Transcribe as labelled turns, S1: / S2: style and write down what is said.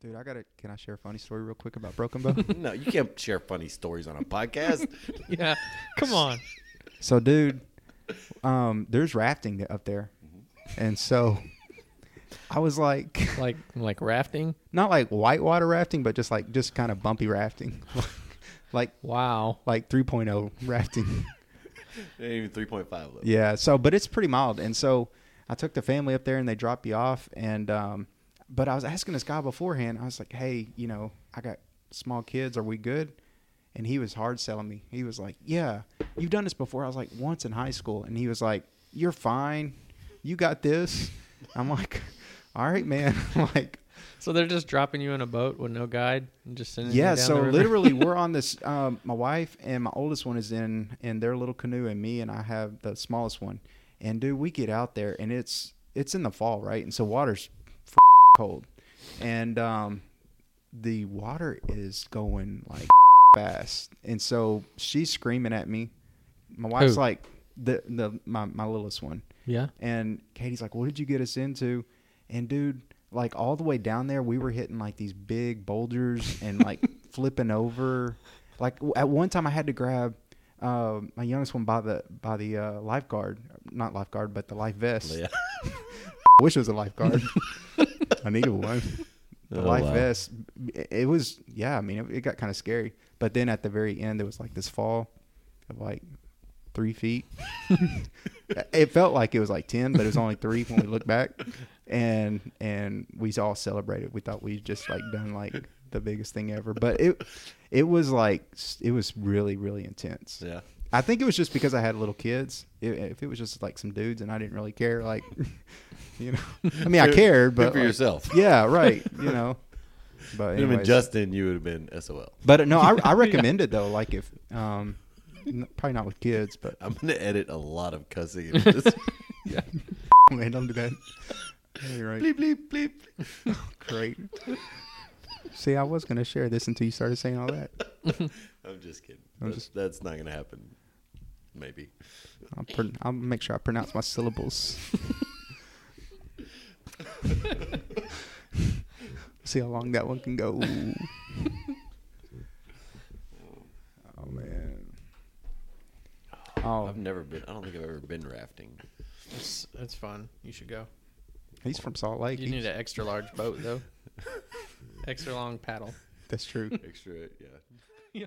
S1: Dude, I gotta. Can I share a funny story real quick about Broken Bow?
S2: no, you can't share funny stories on a podcast.
S3: Yeah. Come on.
S1: so, dude, um, there's rafting up there, and so I was like,
S3: Like like rafting.
S1: not like whitewater rafting, but just like just kind of bumpy rafting, like
S3: Wow.
S1: like 3.0 rafting.
S2: Ain't even three point five. left.
S1: Yeah. So, but it's pretty mild. And so I took the family up there and they dropped me off. And, um, but I was asking this guy beforehand, I was like, hey, you know, I got small kids. Are we good? And he was hard selling me. He was like, yeah, you've done this before. I was like, once in high school. And he was like, you're fine. You got this. I'm like, all right, man. I'm like,
S3: So they're just dropping you in a boat with no guide and just sending
S1: yeah
S3: you down
S1: so
S3: the river?
S1: literally we're on this um, my wife and my oldest one is in in their little canoe and me and i have the smallest one and dude we get out there and it's it's in the fall right and so water's f- cold and um the water is going like fast and so she's screaming at me my wife's
S3: Who?
S1: like the the my, my littlest one
S3: Yeah.
S1: and Katie's like, "What did you get us into?" And dude, like all the way down there, we were hitting like these big boulders and like flipping over. Like w- at one time, I had to grab uh, my youngest one by the by the uh, lifeguard, not lifeguard, but the life vest.
S2: Yeah.
S1: I wish it was a lifeguard. I needed one. The
S2: Oh,
S1: life
S2: wow.
S1: vest. It it was yeah. I mean, it, it got kind of scary. But then at the very end, there was like this fall of like three feet. it felt like it was like ten, but it was only three when we look back. And and we all celebrated. We thought we just like done like the biggest thing ever. But it it was like it was really really intense.
S2: Yeah.
S1: I think it was just because I had little kids. I if it was just like some dudes and I didn't really care, like, you know, I mean, I
S2: Good-
S1: cared,
S2: good
S1: but
S2: for
S1: like,
S2: yourself.
S1: Yeah, right. You know, but
S2: If it had been
S1: anyways.
S2: Justin, you would have been SOL.
S1: But no, I, I recommend it though. Like if, um, n- probably not with kids, but
S2: I'm gonna edit a lot of cussing. into this.
S1: man, don't do that. Yeah, you're right.
S2: bleep bleep bleep.
S1: Great. See, I was gonna share this until you started saying all that.
S2: I'm just kidding.
S1: I'm
S2: That's,
S1: just-
S2: that's not gonna happen. Maybe.
S1: I'll, pr- I'll make sure I pronounce my syllables. See how long that one can go. oh man. Oh,
S2: I've never been. I don't think I've ever been rafting.
S3: It's, it's fun. You should go.
S1: he's from Salt Lake.
S3: You
S1: He's-
S3: need an extra large boat though. extra long paddle.
S1: that's true.
S2: Extra, yeah.
S3: Yeah.